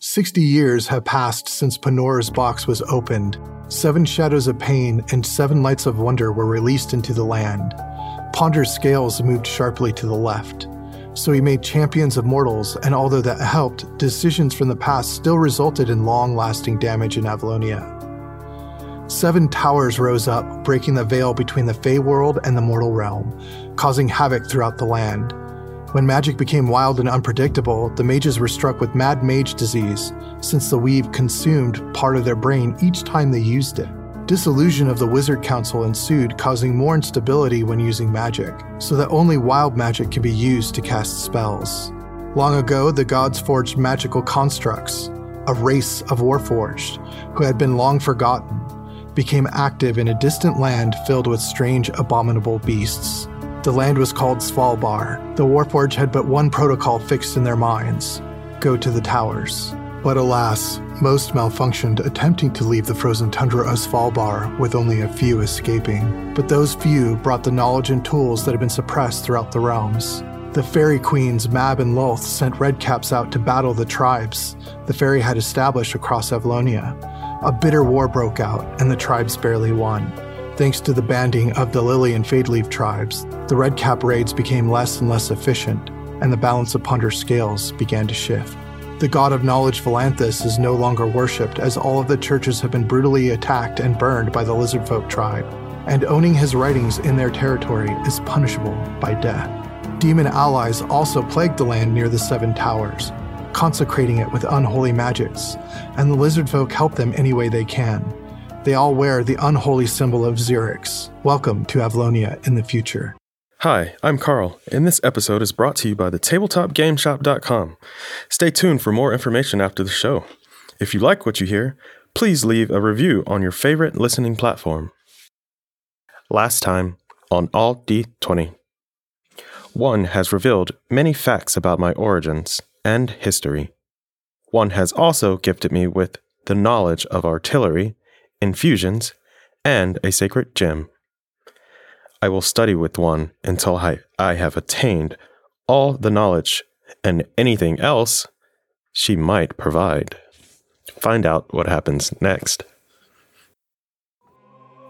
60 years have passed since Panora's box was opened. Seven Shadows of Pain and Seven Lights of Wonder were released into the land. Ponder's scales moved sharply to the left. So he made champions of mortals, and although that helped, decisions from the past still resulted in long lasting damage in Avalonia. Seven towers rose up, breaking the veil between the Fey world and the mortal realm, causing havoc throughout the land. When magic became wild and unpredictable, the mages were struck with mad mage disease, since the weave consumed part of their brain each time they used it. Disillusion of the Wizard Council ensued, causing more instability when using magic, so that only wild magic can be used to cast spells. Long ago, the gods forged magical constructs. A race of Warforged, who had been long forgotten, became active in a distant land filled with strange, abominable beasts. The land was called Svalbar. The Warforged had but one protocol fixed in their minds go to the towers. But alas, most malfunctioned attempting to leave the frozen tundra of Svalbar, with only a few escaping. But those few brought the knowledge and tools that had been suppressed throughout the realms. The fairy queens Mab and Lolth sent redcaps out to battle the tribes the fairy had established across Avalonia. A bitter war broke out, and the tribes barely won. Thanks to the banding of the Lily and Fadeleaf tribes, the redcap raids became less and less efficient, and the balance of Punder's scales began to shift. The god of knowledge Valanthus is no longer worshipped as all of the churches have been brutally attacked and burned by the lizardfolk tribe, and owning his writings in their territory is punishable by death. Demon allies also plagued the land near the Seven Towers, consecrating it with unholy magics, and the lizardfolk help them any way they can. They all wear the unholy symbol of Xerix. Welcome to Avalonia in the future. Hi, I'm Carl, and this episode is brought to you by the tabletopgameshop.com. Stay tuned for more information after the show. If you like what you hear, please leave a review on your favorite listening platform. Last time on All D20. One has revealed many facts about my origins and history. One has also gifted me with the knowledge of artillery, infusions, and a sacred gem. I will study with one until I, I have attained all the knowledge and anything else she might provide. Find out what happens next.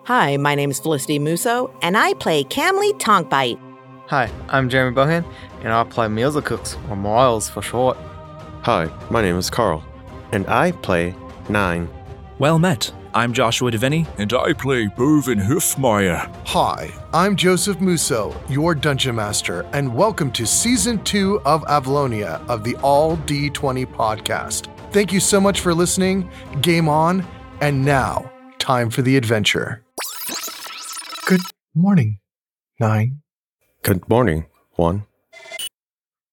Hi, my name is Felicity Musso, and I play Camly Tonkbite. Hi, I'm Jeremy Bohan, and I play Meals of Cooks, or Miles for short. Hi, my name is Carl, and I play Nine. Well met. I'm Joshua Deviney. And I play Boven Hufmeyer. Hi, I'm Joseph Musso, your Dungeon Master, and welcome to Season 2 of Avalonia of the All D20 podcast. Thank you so much for listening. Game on, and now, time for the adventure. Good morning, Nine. Good morning, one.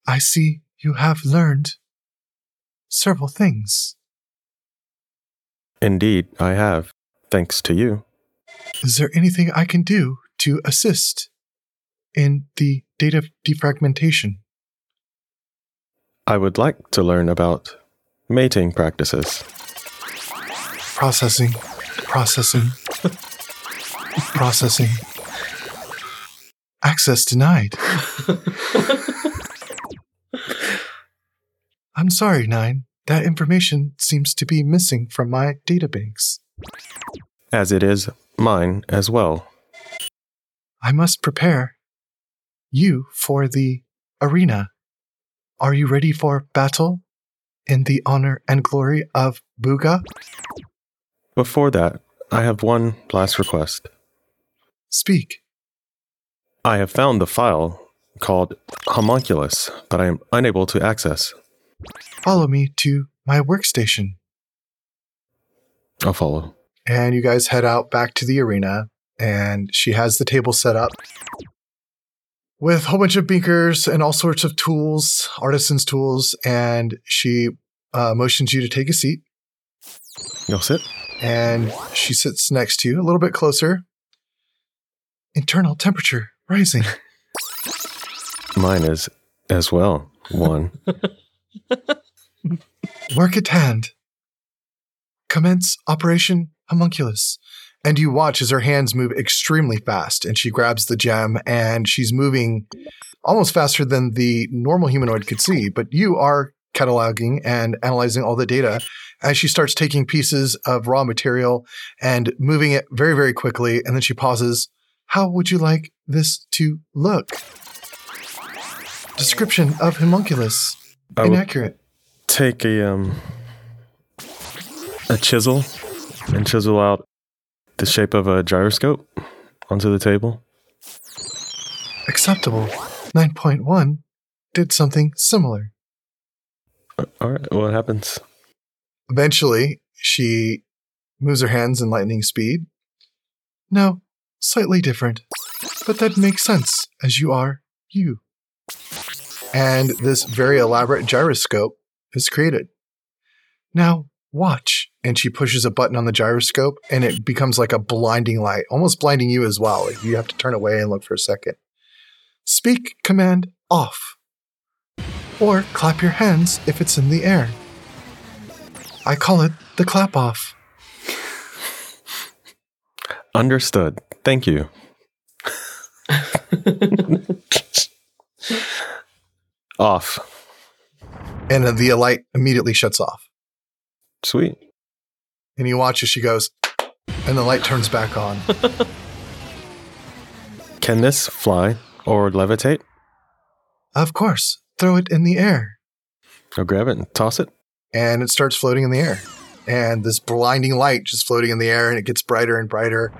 I see you have learned several things. Indeed, I have, thanks to you. Is there anything I can do to assist in the data defragmentation? I would like to learn about mating practices. Processing, processing, processing. Access denied. I'm sorry, Nine. That information seems to be missing from my databanks. as it is mine as well. I must prepare you for the arena. Are you ready for battle in the honor and glory of Buga? Before that, I have one last request. Speak. I have found the file called Homunculus that I am unable to access. Follow me to my workstation. I'll follow. And you guys head out back to the arena, and she has the table set up with a whole bunch of beakers and all sorts of tools, artisans' tools, and she uh, motions you to take a seat. You'll sit? and she sits next to you a little bit closer. Internal temperature rising. Mine is as well. One. Work at hand. Commence Operation Homunculus. And you watch as her hands move extremely fast and she grabs the gem and she's moving almost faster than the normal humanoid could see, but you are cataloging and analyzing all the data as she starts taking pieces of raw material and moving it very, very quickly. And then she pauses. How would you like this to look? Description of homunculus. I will Inaccurate. take a um a chisel and chisel out the shape of a gyroscope onto the table. Acceptable. 9.1 did something similar. Uh, All right, what happens? Eventually, she moves her hands in lightning speed. No, slightly different. But that makes sense, as you are you. And this very elaborate gyroscope is created. Now, watch. And she pushes a button on the gyroscope, and it becomes like a blinding light, almost blinding you as well. Like, You have to turn away and look for a second. Speak command off. Or clap your hands if it's in the air. I call it the clap off. Understood. Thank you. Off. And then the light immediately shuts off. Sweet. And you watch as she goes, and the light turns back on. Can this fly or levitate? of course, throw it in the air. I'll grab it and toss it. And it starts floating in the air. And this blinding light just floating in the air, and it gets brighter and brighter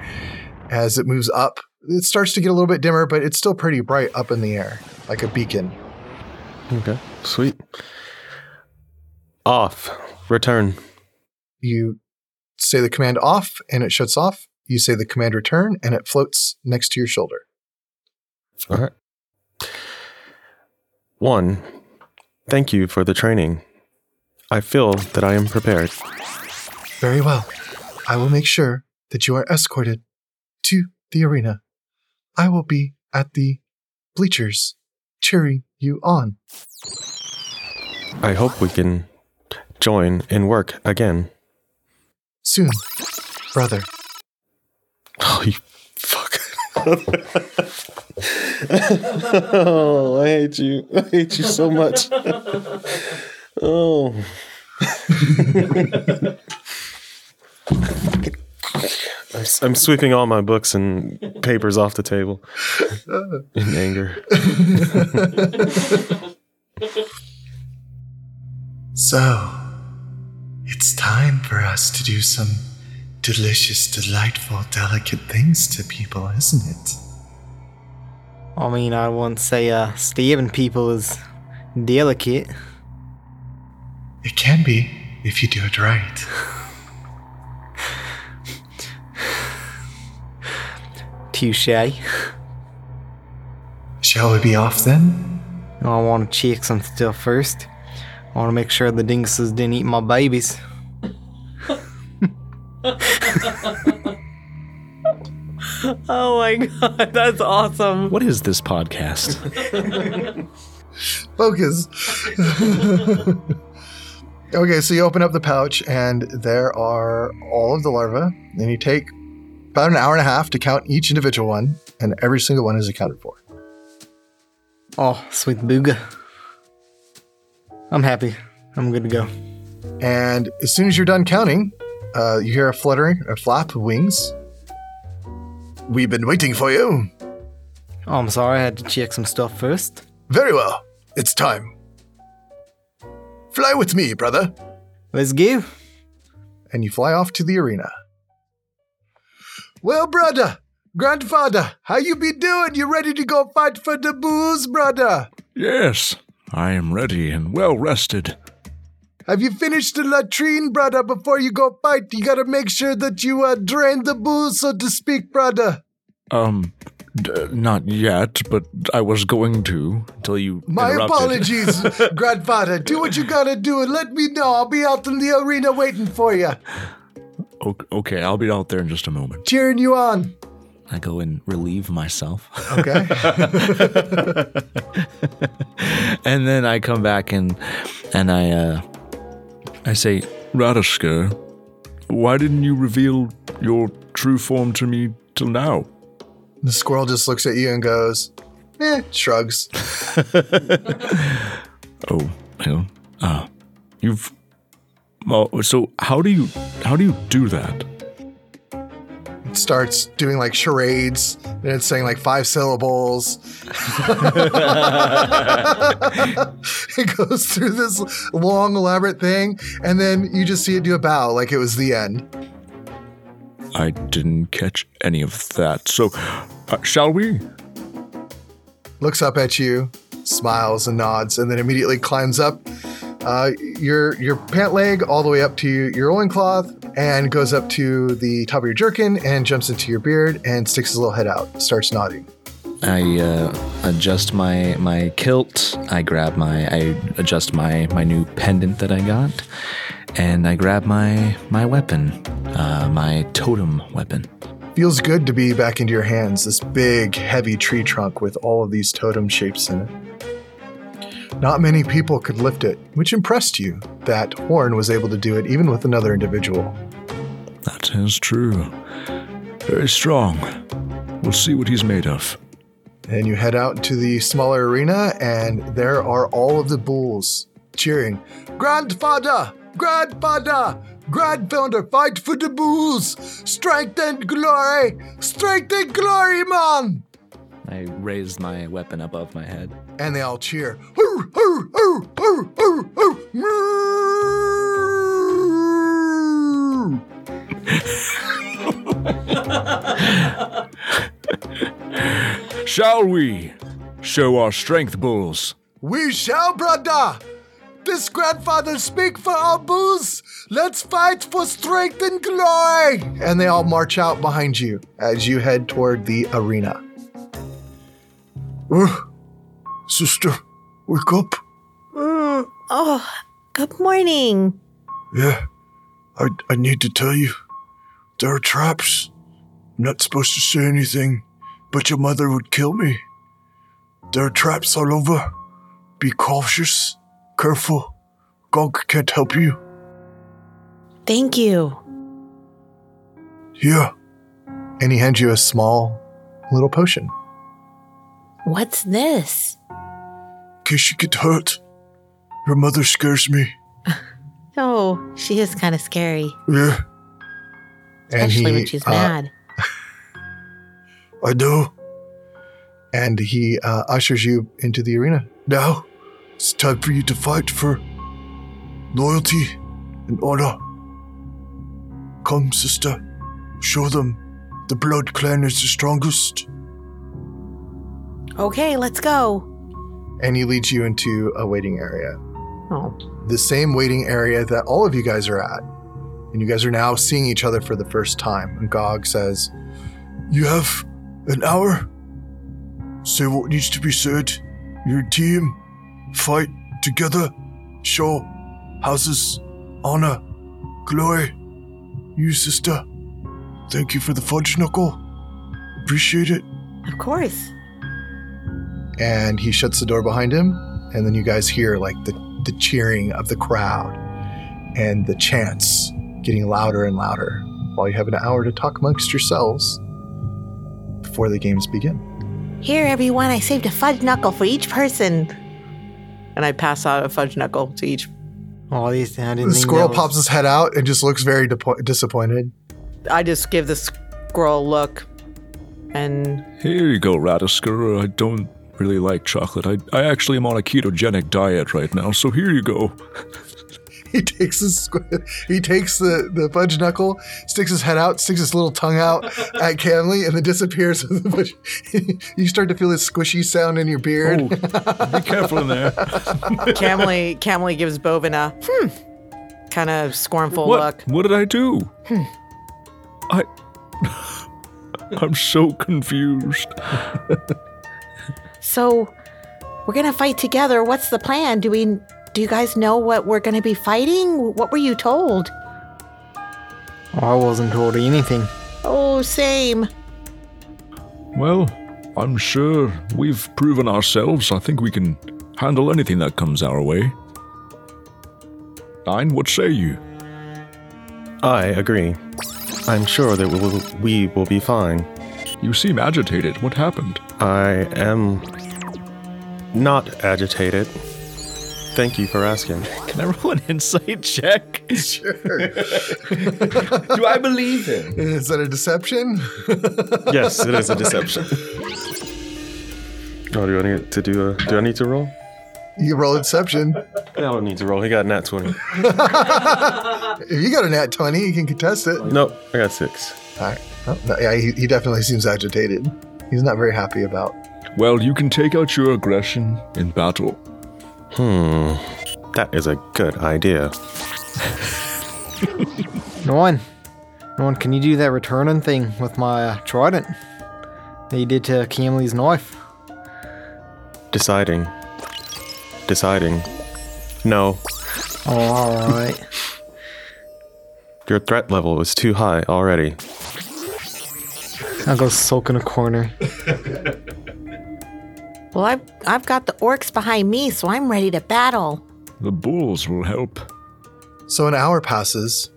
as it moves up. It starts to get a little bit dimmer, but it's still pretty bright up in the air, like a beacon. Okay. Sweet. Off. Return. You say the command off, and it shuts off. You say the command return, and it floats next to your shoulder. All right. One, thank you for the training. I feel that I am prepared. Very well. I will make sure that you are escorted to the arena. I will be at the bleachers cheering you on. I hope we can join and work again. Soon, brother. Oh, you fuck. oh, I hate you. I hate you so much. oh. I'm s- I'm sweeping all my books and papers off the table in anger. So, it's time for us to do some delicious, delightful, delicate things to people, isn't it? I mean, I won't say uh, stabbing people is delicate. It can be if you do it right. Touche. I Shall we be off then? want to check some stuff first. I want to make sure the dinguses didn't eat my babies. Oh my god, that's awesome. What is this podcast? Focus. okay, so you open up the pouch, and there are all of the larvae, and you take about an hour and a half to count each individual one, and every single one is accounted for. Oh, sweet booga. I'm happy. I'm good to go. And as soon as you're done counting, uh, you hear a fluttering, a flap of wings. We've been waiting for you. Oh, I'm sorry, I had to check some stuff first. Very well. It's time. Fly with me, brother. Let's go. and you fly off to the arena. Well, brother, grandfather, how you be doing? You ready to go fight for the booze, brother? Yes, I am ready and well rested. Have you finished the latrine, brother, before you go fight? You gotta make sure that you uh, drain the booze, so to speak, brother. Um, d- not yet, but I was going to until you My interrupted. apologies, grandfather. Do what you gotta do and let me know. I'll be out in the arena waiting for you, O- Okay, I'll be out there in just a moment. cheering you on. I go and relieve myself. Okay. and then I come back and and I uh I say, Radiska, why didn't you reveal your true form to me till now? the squirrel just looks at you and goes, eh, shrugs. Oh, well, Ah, you've. Oh, so how do you how do you do that? It starts doing like charades, and it's saying like five syllables. it goes through this long, elaborate thing, and then you just see it do a bow like it was the end. I didn't catch any of that. So, uh, shall we? looks up at you, smiles and nods, and then immediately climbs up uh, your your pant leg all the way up to your loincloth and goes up to the top of your jerkin and jumps into your beard and sticks his little head out, starts nodding. I uh, adjust my my kilt. I grab my I adjust my my new pendant that I got, and I grab my my weapon, uh, my totem weapon. Feels good to be back into your hands, this big, heavy tree trunk with all of these totem shapes in it. Not many people could lift it, which impressed you that Horn was able to do it even with another individual. That is true. Very strong. We'll see what he's made of. And you head out to the smaller arena, and there are all of the bulls cheering Grandfather! Grandfather! Grandfather, fight for the bulls! Strength and glory! Strength and glory, man! I raised my weapon above my head. And they all cheer. "Hurr, hurr, hurr, hurr, hurr, hurr, meow." Shall we show our strength, bulls? We shall, brother! This grandfather speak for our bulls! Let's fight for strength and glory! And they all march out behind you as you head toward the arena. Ooh, sister, wake up. Mm, oh, good morning. Yeah, I, I need to tell you. There are traps. I'm not supposed to say anything, but your mother would kill me. There are traps all over. Be cautious, careful. Gog can't help you. Thank you. Here. And he hands you a small little potion. What's this? In case you get hurt. Your mother scares me. Oh, she is kind of scary, Yeah. especially when she's mad. I do. And he uh, ushers you into the arena. Now, it's time for you to fight for loyalty and honor. Come, sister, show them the Blood Clan is the strongest. Okay, let's go. And he leads you into a waiting area. Oh, The same waiting area that all of you guys are at. And you guys are now seeing each other for the first time. And Gog says, You have an hour? Say what needs to be said. Your team. Fight together. Show houses, honor, glory. You, sister. Thank you for the fudge knuckle. Appreciate it. of course. And he shuts the door behind him. And then you guys hear like the, the cheering of the crowd and the chants getting louder and louder while you have an hour to talk amongst yourselves before the games begin. Here, everyone, I saved a fudge knuckle for each person. And I pass out a fudge knuckle to each. Oh, these I didn't The think squirrel that was- pops his head out and just looks very depo- disappointed. I just give the squirrel a look. And Here you go, Radisker. I don't really like chocolate. I, I actually am on a ketogenic diet right now, so here you go. He takes his squ- he takes the, the fudge knuckle, sticks his head out, sticks his little tongue out at Camley, and then disappears. with the fudge. you start to feel this squishy sound in your beard. Oh, be careful in there. Camley, Camley gives Bovin a hmm, kind of scornful What? look. What did I do? I. I'm so confused. So, we're gonna fight together. What's the plan? Do we? Do you guys know what we're gonna be fighting? What were you told? I wasn't told anything. Oh, same. Well, I'm sure we've proven ourselves. I think we can handle anything that comes our way. Nine, what say you? I agree. I'm sure that we will, we will be fine. You seem agitated. What happened? I am not agitated. Thank you for asking. Can I roll an insight check? Sure. Do I believe him? Is that a deception? Yes, it is a deception. Oh, do I need to do a? Do I need to roll? You roll a deception. I don't need to roll. He got an nat twenty. If you got a nat 20, you can contest it. Nope, I got six. All right. Oh, no, yeah, he, he definitely seems agitated. He's not very happy about. Well, you can take out your aggression in battle. Hmm. That is a good idea. No one. No one, can you do that returning thing with my uh, trident that you did to Camley's knife? Deciding. Deciding. No, Oh, alright. your threat level was too high already. I'll go sulk in a corner. Well, I've, I've got the orcs behind me, so I'm ready to battle. The bulls will help. So an hour passes.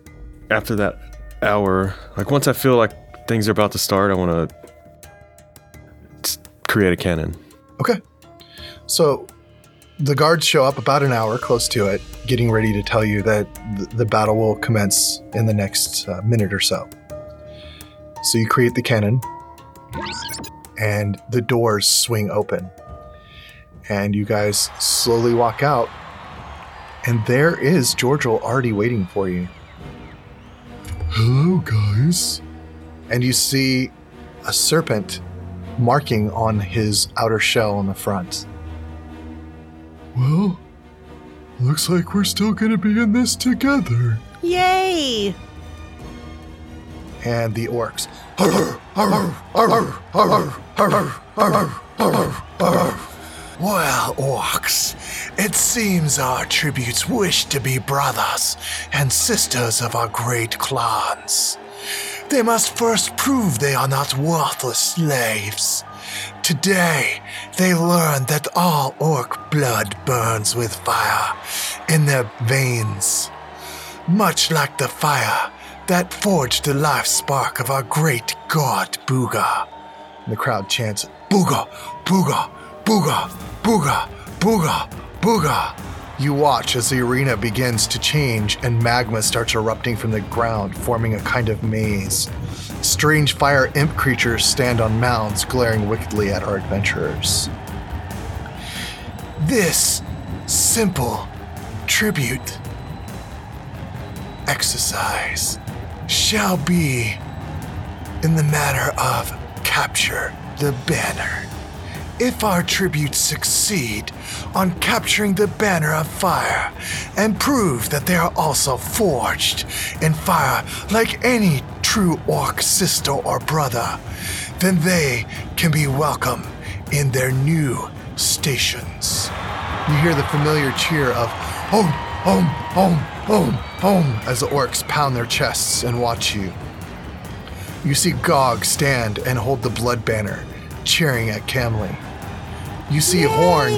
After that hour, like once I feel like things are about to start, I want to create a cannon. Okay. So the guards show up about an hour close to it, getting ready to tell you that th- the battle will commence in the next uh, minute or so. So you create the cannon, and the doors swing open. And you guys slowly walk out, and there is Georgel already waiting for you. Hello, guys. And you see a serpent marking on his outer shell on the front. Well, looks like we're still going to be in this together. Yay! And the orcs. Well, orcs, it seems our tributes wish to be brothers and sisters of our great clans. They must first prove they are not worthless slaves. Today, they learn that all orc blood burns with fire in their veins, much like the fire that forged the life spark of our great god Booga. And the crowd chants, Booga, Booga, Booga, Booga, Booga, Booga. You watch as the arena begins to change and magma starts erupting from the ground, forming a kind of maze. Strange fire imp creatures stand on mounds, glaring wickedly at our adventurers. This simple tribute exercise shall be in the matter of capture the banner. If our tributes succeed on capturing the banner of fire and prove that they are also forged in fire like any true orc sister or brother, then they can be welcome in their new stations. You hear the familiar cheer of Om, Om, Om, Om, Om as the orcs pound their chests and watch you. You see Gog stand and hold the blood banner, cheering at Camley. You see Horn.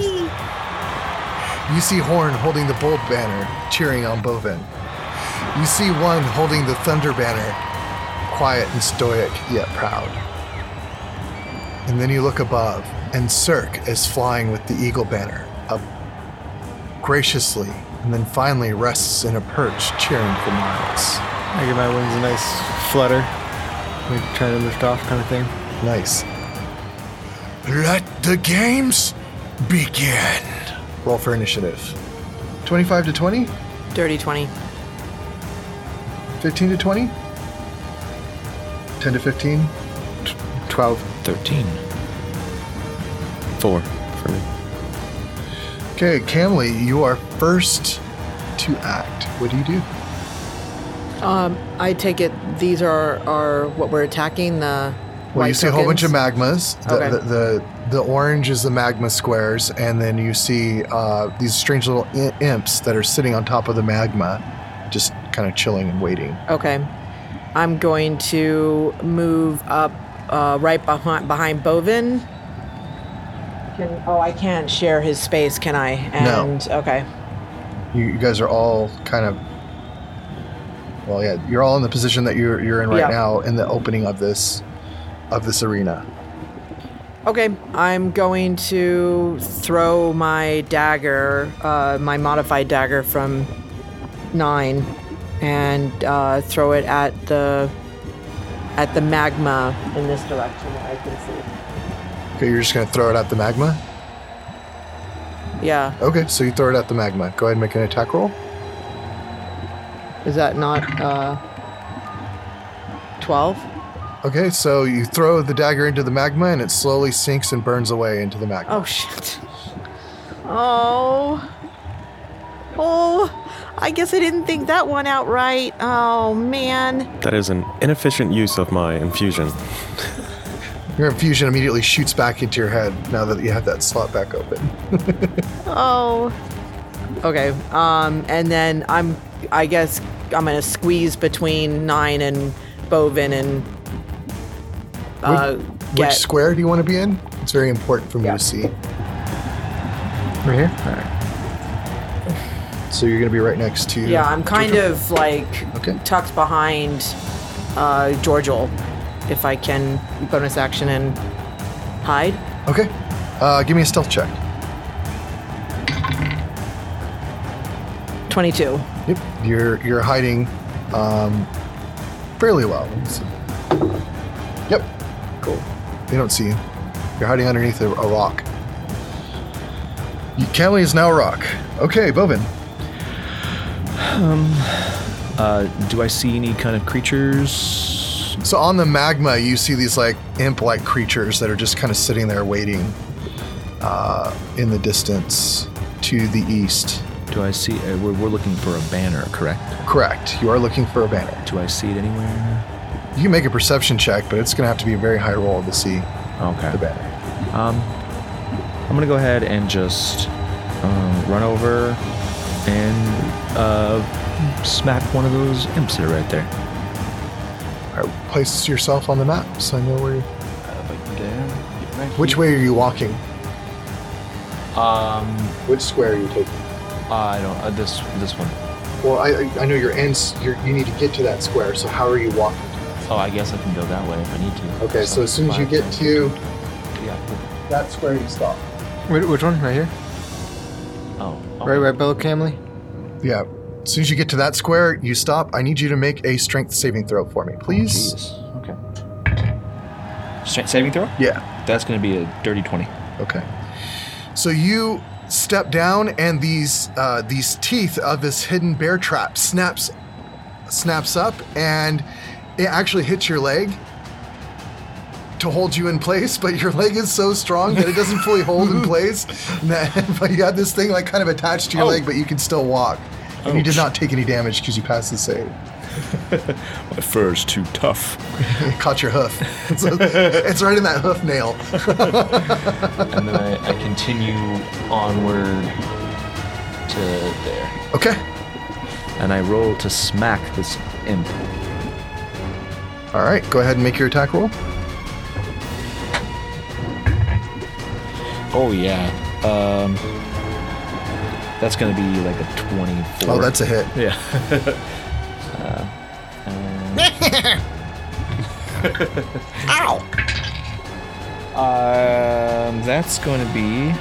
You see Horn holding the bold banner, cheering on Bovin. You see one holding the thunder banner, quiet and stoic yet proud. And then you look above, and Cirque is flying with the eagle banner up graciously, and then finally rests in a perch, cheering for Miles. I give my wings a nice flutter. We try to lift off kind of thing. Nice. Let the games begin. Roll for initiative. 25 to 20? Dirty 20. 15 to 20? 10 to 15? 12. 13. Four for me. Okay, Camley, you are first to act. What do you do? Um, I take it these are, are what we're attacking, the Well, you see a whole bunch of magmas. The, Okay. the, the the orange is the magma squares, and then you see uh, these strange little I- imps that are sitting on top of the magma, just kind of chilling and waiting. Okay. I'm going to move up uh, right behind behind Bovin. Can, oh, I can't share his space, can I? No. And okay. You, you guys are all kind of. Well, yeah, you're all in the position that you're you're in right Yeah. now in the opening of this, of this arena. Okay, I'm going to throw my dagger, uh, my modified dagger from nine, and uh, throw it at the at the magma in this direction that I can Okay, you're just gonna throw it at the magma. see. Yeah, Okay, so you throw it at the magma. Go ahead and make an attack roll. is that not uh, twelve? Okay, so you throw the dagger into the magma, and it slowly sinks and burns away into the magma. oh shit! Oh, oh! I guess I didn't think that one out right. Oh man. That is an inefficient use of my infusion. Your infusion immediately shoots back into your head now that you have that slot back open. Oh. Okay. Um, and then I'm, I guess I'm gonna squeeze between nine and Bovin and uh, Which get. square do you want to be in? It's very important for me to see. We're here? All right. So you're gonna be right next to. yeah, I'm kind of like Okay. tucked behind uh, Georgial, if I can bonus action and hide. Okay. Uh, give me a stealth check. Twenty-two. Yep. You're you're hiding, um, fairly well. Let me see. Yep. Cool. They don't see you. You're hiding underneath a, a rock. You- Kenley is now a rock. Okay, Bovin. Um, Uh, do I see any kind of creatures? So on the magma, you see these like imp-like creatures that are just kind of sitting there waiting uh, in the distance to the east. Do I see? Uh, we're, we're looking for a banner, correct? Correct. You are looking for a banner. Do I see it anywhere? You can make a perception check, but it's going to have to be a very high roll to see Okay. the banner. Um, I'm gonna go ahead and just um, run over and uh, smack one of those imps that are right there. All right, place yourself on the map so I know where. You're... Which Which way are you walking? Um. Uh, Which square are you taking? Um, I don't. Uh, this this one. Well, I I- I know your ends. You're, you need to get to that square. So how are you walking? Oh, I guess I can go that way if I need to. Okay. So as soon as you get to Yeah. that square, you stop. Wait, which one? Right here? Oh. Right, right below Camley? Yeah. As soon as you get to that square, you stop. I need you to make a strength saving throw for me, Oh, please. Okay. Strength saving throw? yeah. That's gonna be a dirty twenty. Okay. So you step down, and these uh, these teeth of this hidden bear trap snaps snaps up, and it actually hits your leg to hold you in place. But your leg is so strong that it doesn't fully hold in place. And that- but you have this thing like kind of attached to your leg, but you can still walk. And you did not take any damage because you passed the save. My fur's too tough. It caught your hoof. So it's right in that hoof nail. and then I, I continue onward to there. Okay. And I roll to smack this imp. All right. Go ahead and make your attack roll. Oh yeah. Um. That's gonna be like a twenty-four. Oh, that's a hit. yeah. Uh, Ow. Um. That's gonna be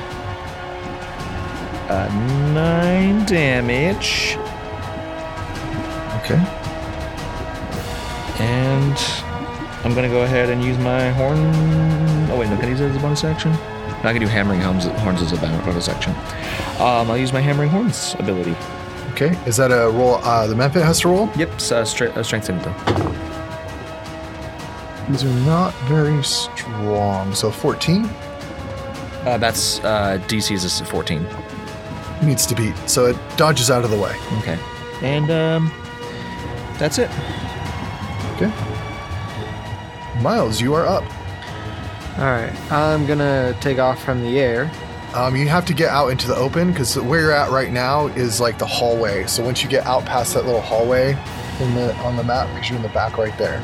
uh, nine damage. Okay. And I'm gonna go ahead and use my horn. Oh wait, no, can I use it as a bonus action? No, I can do hammering horns, horns as a bon- bonus action. Um, I'll use my hammering horns ability. Okay. Is that a roll? Uh, the Memphis has to roll? Yep, s- uh, stra- uh, strength saving throw. These are not very strong. So 14 Uh, that's uh, DC is just 14. needs to beat. So it dodges out of the way. Okay. And um, that's it. Okay. Miles, you are up. All right. I'm going to take off from the air. Um, you have to get out into the open because where you're at right now is like the hallway. So once you get out past that little hallway in the on the map, because you're in the back right there.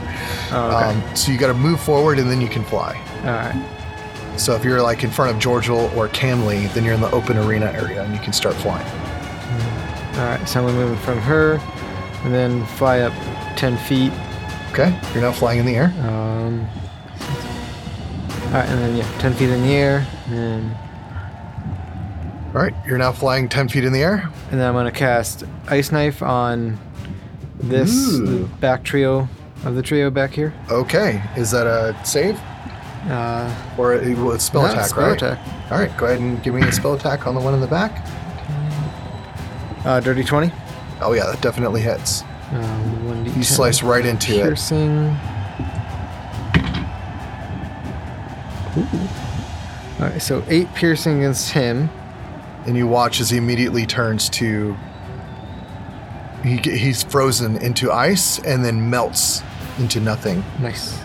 Oh, okay. Um, so you got to move forward and then you can fly. All right. So if you're like in front of Georgial or Camley, then you're in the open arena area and you can start flying. All right. So I'm going to move in front of her and then fly up 10 feet. Okay, you're now flying in the air. Um, All right, and then yeah, ten feet in the air, and All right, you're now flying 10 feet in the air. and then I'm gonna cast ice knife on this the Ooh. back trio of the trio back here. Okay, is that a save? Uh, Or a, well, it's spell No, attack, spell right? attack. All right, go ahead and give me a spell attack on the one in the back. uh, dirty twenty. Oh, yeah, that definitely hits. Um, one d10 You slice right into it. piercing. Ooh. All right, so eight piercing against him. and you watch as he immediately turns to he, ge- he's frozen into ice and then melts into nothing Nice.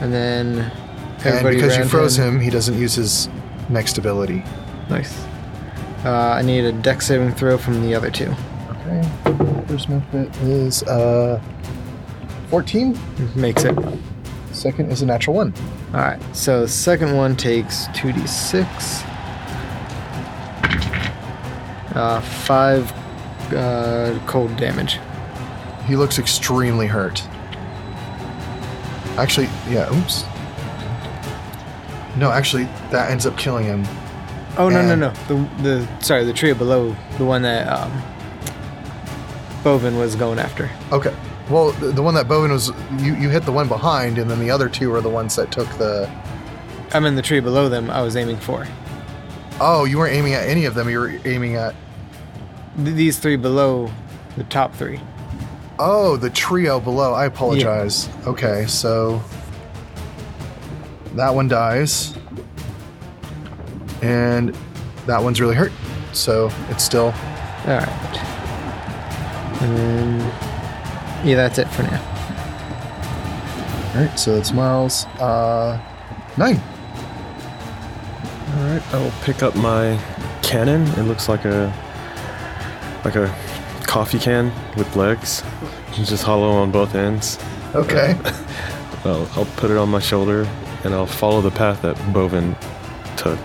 And then and everybody because you around froze him. he doesn't use his next ability Nice. Uh, I need a deck saving throw from the other two. okay first movement is uh 14 Makes it. second is a natural one All right. So the second one takes 2d6. Uh, five uh, cold damage. he looks extremely hurt actually yeah oops no actually that ends up killing him Oh no no And- no! The the sorry the trio below the one that um, Bovin was going after. Okay. Well, the, the one that Bowen was, you, you hit the one behind, and then the other two are the ones that took the. I mean the tree below them. I was aiming for. Oh, you weren't aiming at any of them. You were aiming at. Th- these three below the top three. Oh, the trio below. I apologize. Okay, so. That one dies. And that one's really hurt. So it's still. All right. And then Mm. yeah, that's it for now. Alright, so it's Miles. Uh, nine. All right, I will pick up my cannon. It looks like a like a coffee can with legs, It's just hollow on both ends. Okay. I'll, I'll put it on my shoulder and I'll follow the path that Bovin took.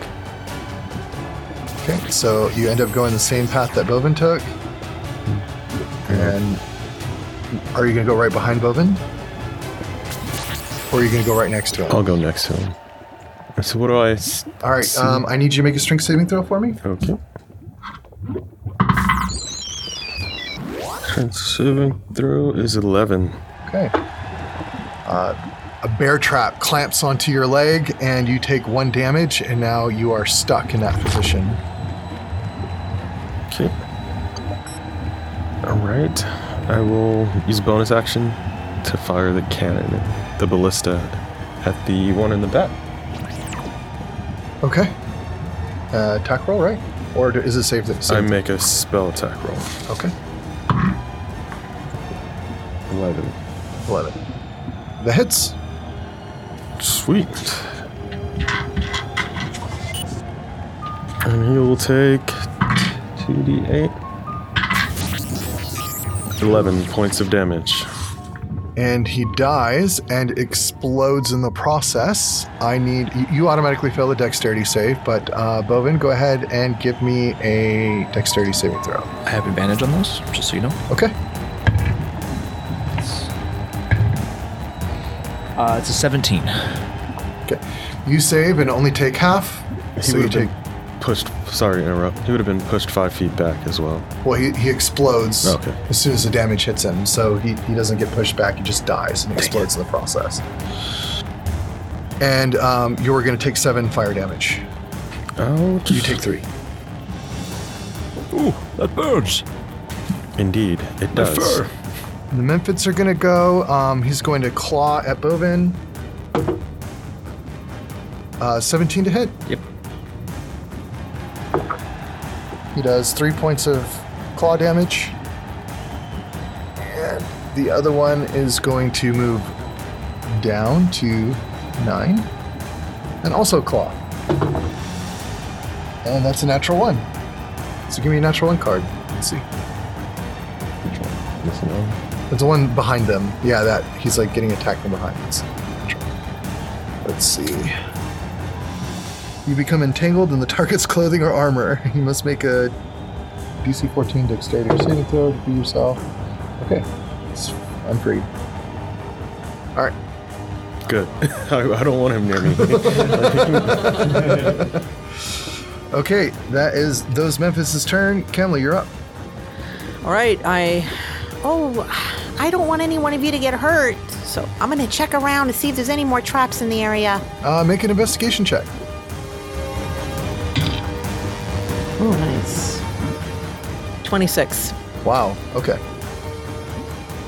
Okay, so you end up going the same path that Bovin took. And are you going to go right behind Bovin? Or are you going to go right next to him? I'll go next to him. So what do I? s- All right, um, I need you to make a strength saving throw for me. Okay. Strength Saving throw is eleven. Okay. Uh, a bear trap clamps onto your leg, and you take one damage, and now you are stuck in that position. Okay. All right. I will use bonus action to fire the cannon, the ballista, at the one in the back. Okay. Uh, attack roll, right? Or do- is it save? that- I save- make a spell attack roll. Okay. Eleven. 11. The hits. Sweet. And he will take 2d8. 11 points of damage. and he dies and explodes in the process. I need you- you automatically fail the dexterity save, but uh, Bovin, go ahead and give me a dexterity saving throw. I have advantage on those, just so you know. Okay, Uh, it's a 17. okay. You save and only take half. so you would've take. been pushed. Sorry to interrupt. He would have been pushed five feet back as well. Well, he, he explodes Oh, Okay. as soon as the damage hits him, so he, he doesn't get pushed back. He just dies and explodes in the process. And um, you're going to take seven fire damage. Ouch. You take three. Ooh, that burns. Indeed, it My does. fur. The Memphits are going to go. Um, he's going to claw at Bovin. Uh, 17 to hit. Yep. He does three points of claw damage. And the other one is going to move down to nine. And also claw. And that's a natural one. So give me a natural one card. Let's see. Listen, um, There's the one behind them. Yeah, that he's like getting attacked from behind. Let's, let's see. You become entangled in the target's clothing or armor. You must make a DC 14 dexterity or saving throw to free yourself. Okay, it's, I'm free. All right. Good. I, I don't want him near me. Okay, that is those Memphis's turn. Camila, you're up. All right, I Oh, I don't want any one of you to get hurt. So I'm going to check around to see if there's any more traps in the area. Uh, make an investigation check. Oh, nice. 26. Wow. Okay.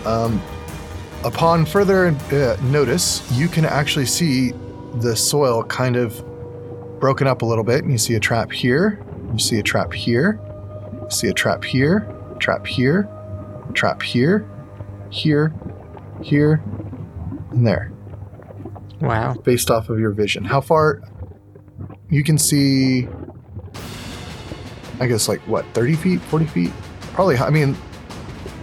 Um, upon further uh, notice, you can actually see the soil kind of broken up a little bit, and you see a trap here. You see a trap here. You see a trap here. Trap here. Trap here. Here. Here. And there. Wow. Based off of your vision, how far you can see? I guess like what, thirty feet, forty feet? Probably. I mean,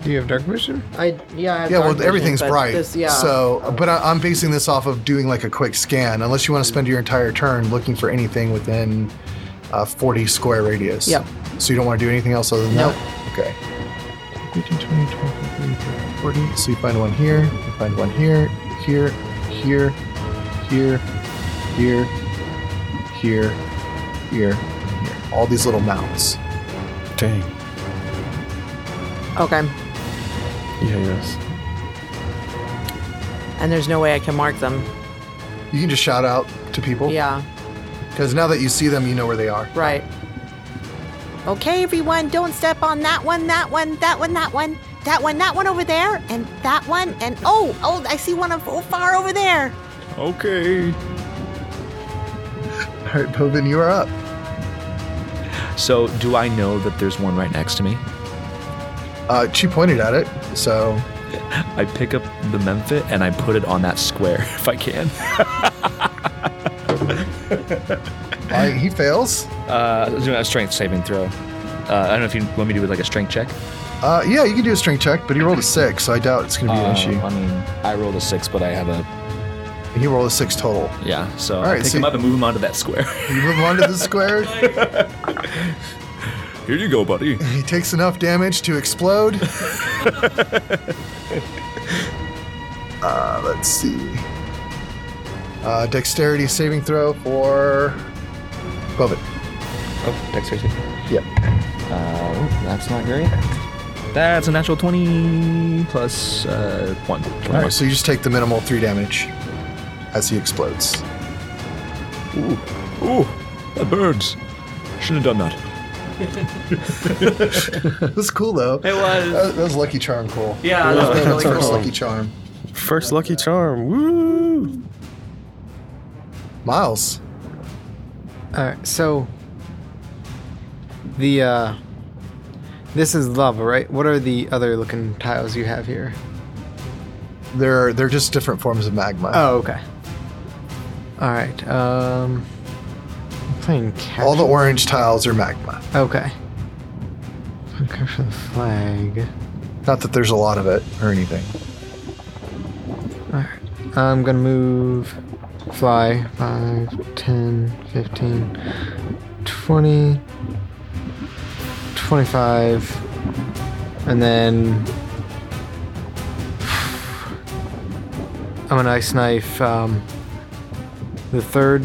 Do you have dark vision? I yeah. I Yeah, have dark well, vision, everything's but bright. this- yeah. So, but I, I'm basing this off of doing like a quick scan, unless you want to spend your entire turn looking for anything within a 40 square radius. Yep. So you don't want to do anything else other than Nope. that? Okay. 15, 20, 20, 40. So you find one here, you find one here, here, here, here, here, here, here, here. All these little mounts. Dang. Okay. Yeah, yes. And there's no way I can mark them. You can just shout out to people. Yeah. Because now that you see them, you know where they are. Right. Okay, everyone, don't step on that one, that one, that one, that one, that one, that one over there, and that one, and oh, oh, I see one of, oh, far over there. Okay. All right, Bovin, you are up. So, do I know that there's one right next to me? Uh, she pointed at it, so I pick up the Memphit and I put it on that square if I can. I, he fails. Uh, doing a strength saving throw. Uh, I don't know if you want me to do like a strength check. Uh, yeah, you can do a strength check, but he rolled a six, so I doubt it's going to be Uh, an issue. I mean, I rolled a six, but I have a And he rolled a six total. yeah. So right, I pick so him you- up and move him onto that square. You move on to the square. Here you go, buddy. he takes enough damage to explode. uh, let's see. Uh, dexterity saving throw for Bovin. oh, dexterity. Yep. Uh, Oh, ooh, that's not great. That's a natural twenty plus uh, one. All right, so you just take the minimal three damage as he explodes. Ooh, the birds. Shouldn't have done that. That's cool though. It was. That, that was lucky charm cool. Yeah, that was really first lucky charm. First lucky charm. Woo! Miles. All right. So the uh, this is lava, right? What are the other looking tiles you have here? They're they're just different forms of magma. Oh, okay. All right. Um, I'm playing catch. All the orange tiles are magma. Okay. Okay for the flag. Not that there's a lot of it or anything. Alright. I'm gonna move fly 5, 10, 15, 20, 25, and then I'm gonna ice knife um, the third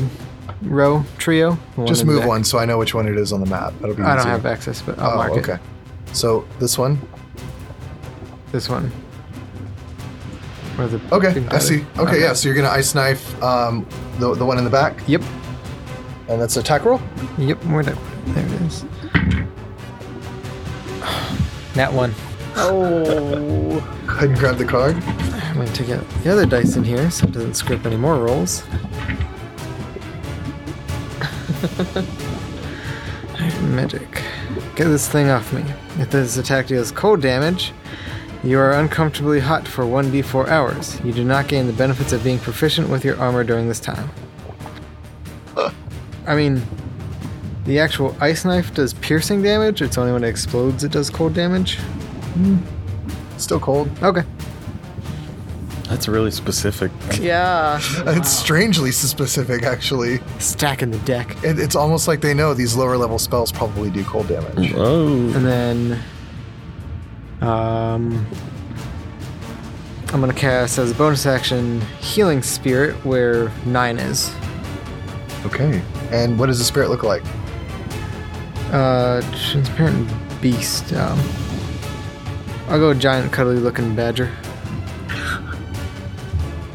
row trio. the one Just in the move back. one so I know which one it is on the map. That'll be I don't easier. have access, but I'll Oh, mark okay. So this one. it. This one. Where the Okay, got I it. see. Okay, yeah. So you're gonna ice knife um, the the one in the back, Yep. and that's an attack roll. Yep, where'd I There it is. That one. Go ahead and grab the card. Oh. I'm gonna take out the other dice in here so it doesn't screw up any more rolls. Magic. Get this thing off me. If this attack deals cold damage, you are uncomfortably hot for 1d4 hours. You do not gain the benefits of being proficient with your armor during this time. I mean, the actual ice knife does piercing damage, it's only when it explodes it does cold damage. Still cold. Okay. That's really specific. Yeah. It's strangely specific, actually. Stacking the deck. It, it's almost like they know these lower level spells probably do cold damage. Oh. And then, um, I'm gonna cast as a bonus action Healing Spirit where nine is. Okay. And what does the spirit look like? Uh, transparent beast. Um, I'll go giant cuddly looking badger.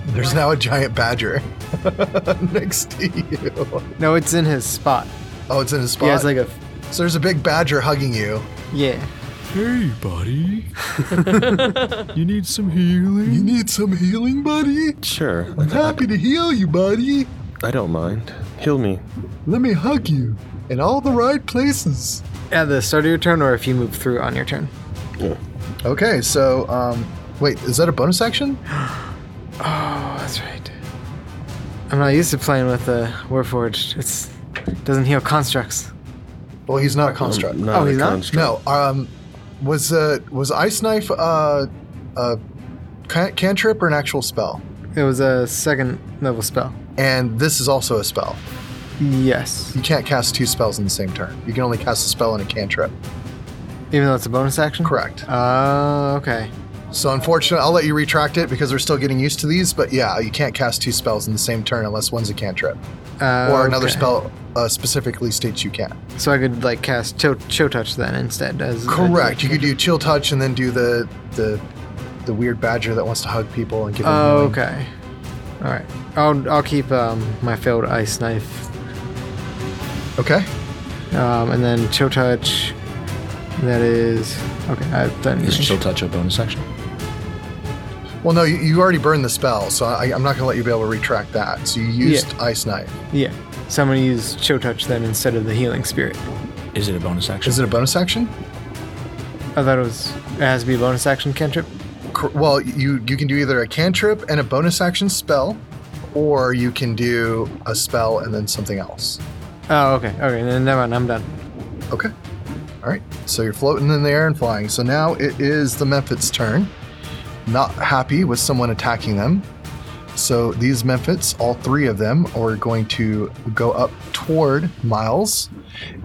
There's now a giant badger next to you. No, it's in his spot. Oh, it's in his spot. Yeah, it's like a so there's a big badger hugging you. yeah. Hey, buddy. you need some healing? You need some healing, buddy? Sure. I'm happy to heal you, buddy. I don't mind. Heal me. Let me hug you in all the right places. At the start of your turn, or if you move through on your turn. Okay, so um, wait, is that a bonus action? Oh, that's right. I'm not used to playing with the uh, Warforged. It's doesn't heal constructs. Well, he's not a construct. Um, Not Oh, a he's not? construct. No. Um, was uh, was ice knife uh, a can- cantrip or an actual spell? It was a second level spell. And this is also a spell. Yes. You can't cast two spells in the same turn. You can only cast a spell and a cantrip. Even though it's a bonus action. Correct. Uh, okay. So unfortunately, I'll let you retract it because we're still getting used to these. But yeah, you can't cast two spells in the same turn unless one's a cantrip Uh, or another okay. spell uh, specifically states you can. So I could like cast Cho, Cho Touch then instead. As Correct. You could do chill touch and then do the the the weird badger that wants to hug people and give. them Oh, healing. okay. All right. I'll I'll keep um, my failed ice knife, Okay. um, and then Cho Touch. That is okay. I've done. Is chill touch a bonus action? Well, no, you, you already burned the spell, so I, I'm not going to let you be able to retract that. So you used ice knife. Yeah. So I'm gonna use Cho Touch then instead of the Healing Spirit. Is it a bonus action? Is it a bonus action? I thought it was it has to be a bonus action cantrip. Cor- Well, you you can do either a cantrip and a bonus action spell, or you can do a spell and then something else. Oh, okay. Okay. Then never mind. I'm done. Okay. All right. So you're floating in the air and flying. So now it is the Memphis' turn. Not happy with someone attacking them. So these Memphis, all three of them, are going to go up toward Miles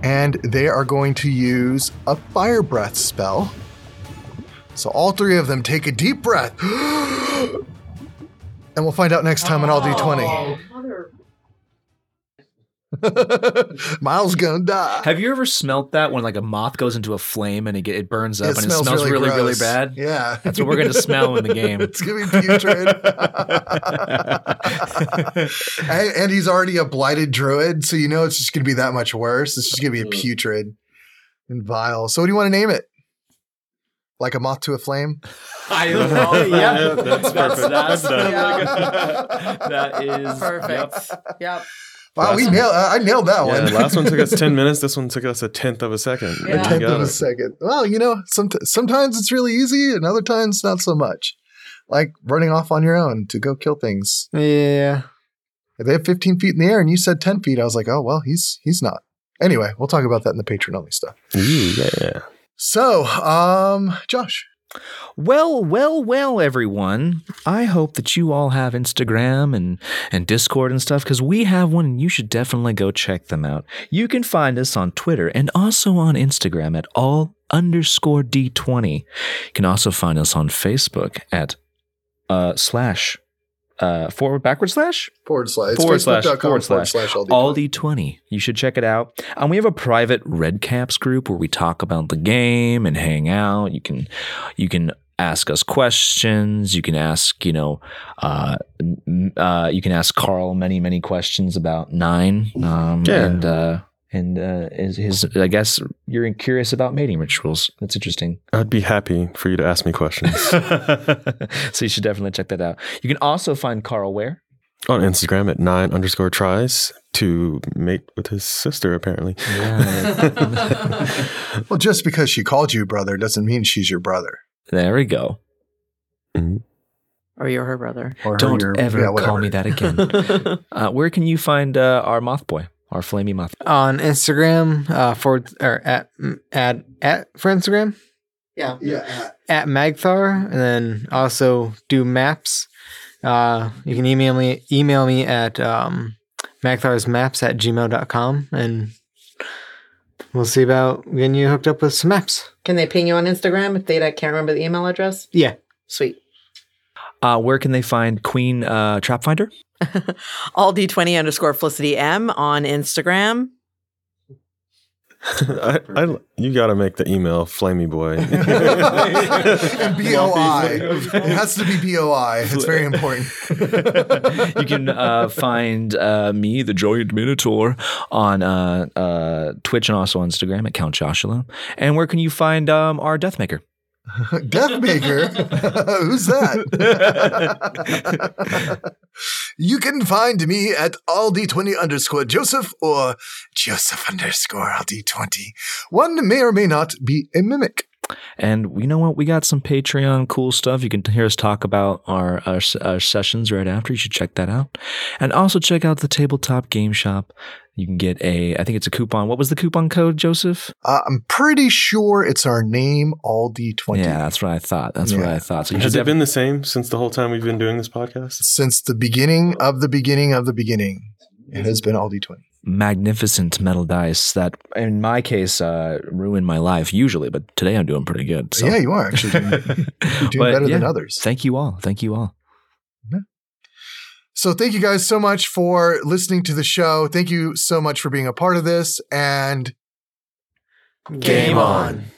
and they are going to use a fire breath spell. So all three of them take a deep breath. and we'll find out next time on All Oh. D20. Miles gonna die. Have you ever smelt that when like a moth goes into a flame and it, get, it burns up and it smells really, really gross. bad? Yeah. That's what we're going to smell in the game. It's gonna be putrid. and, and he's already a blighted druid, so you know it's just gonna be that much worse. It's just gonna be a putrid and vile. So what do you want to name it? Like a moth to a flame? I love Yeah. That's perfect. That's, that is Perfect. Yep. Wow, we nailed. Uh, I nailed that Yeah, one. last one took us 10 minutes. This one took us a tenth of a second. Yeah. You Tenth got of a it. second. Well, you know, some, sometimes it's really easy, and other times not so much. Like running off on your own to go kill things. Yeah. If they have 15 feet in the air and you said 10 feet, I was like, oh well, he's he's not. Anyway, we'll talk about that in the patron only stuff. Ooh, yeah. So, um, Josh. Well, well, well, everyone. I hope that you all have Instagram and, and Discord and stuff because we have one and you should definitely go check them out. You can find us on Twitter and also on Instagram at all underscore D20. You can also find us on Facebook at uh, slash uh, forward backward slash Forward slash. Forward slash, Facebook.com forward slash, all the- all D20. You should check it out. And we have a private Red Caps group where we talk about the game and hang out. You can you can ask us questions. You can ask, you know, uh, m- uh, you can ask Carl many many questions about nine. Um, Yeah. And uh, and uh, his, his I guess you're curious about mating rituals. That's interesting. I'd be happy for you to ask me questions so you should definitely check that out. You can also find Carl where. on Instagram at nine underscore tries to mate with his sister, apparently. well, just because she called you brother doesn't mean she's your brother. There we go. Or you're her brother. Or her- Don't your- ever yeah, call whatever. me that again. uh, where can you find uh, our moth boy, our flamey moth? On Instagram, uh, forward or at mm, at at for Instagram Yeah. Yeah. at Magthar, and then also do maps. Uh, you can email me email me at um, magtharsmaps at gmail.com and we'll see about getting you hooked up with some maps. Can they ping you on Instagram if they like, can't remember the email address? Yeah. Sweet. Uh, where can they find Queen uh, Trap Finder? All D20 underscore Felicity M on Instagram. I, I, you got to make the email flamey boy. and BOI. It has to be BOI. It's very important. you can uh, find uh, me, the Giant Minotaur, on uh, uh, Twitch and also Instagram at Count Joshua. And where can you find um, our Deathmaker? Deathmaker? Who's that? you can find me at aldi20 underscore Joseph or Joseph underscore aldi20. One may or may not be a mimic. And you know what? We got some Patreon cool stuff. You can hear us talk about our, our, our sessions right after. You should check that out. And also check out the Tabletop Game Shop. You can get a, I think it's a coupon. What was the coupon code, Joseph? Uh, I'm pretty sure it's our name, aldi20. Yeah, that's what I thought. That's what I thought. So you Has should it been the same since the whole time we've been doing this podcast? Since the beginning of the beginning of the beginning, it has been aldi20. magnificent metal dice that, in my case, uh, ruin my life usually, but today I'm doing pretty good. So. Yeah, you are actually doing, you're doing But better than yeah, others. Thank you all. Thank you all. So thank you guys so much for listening to the show. Thank you so much for being a part of this and Game on.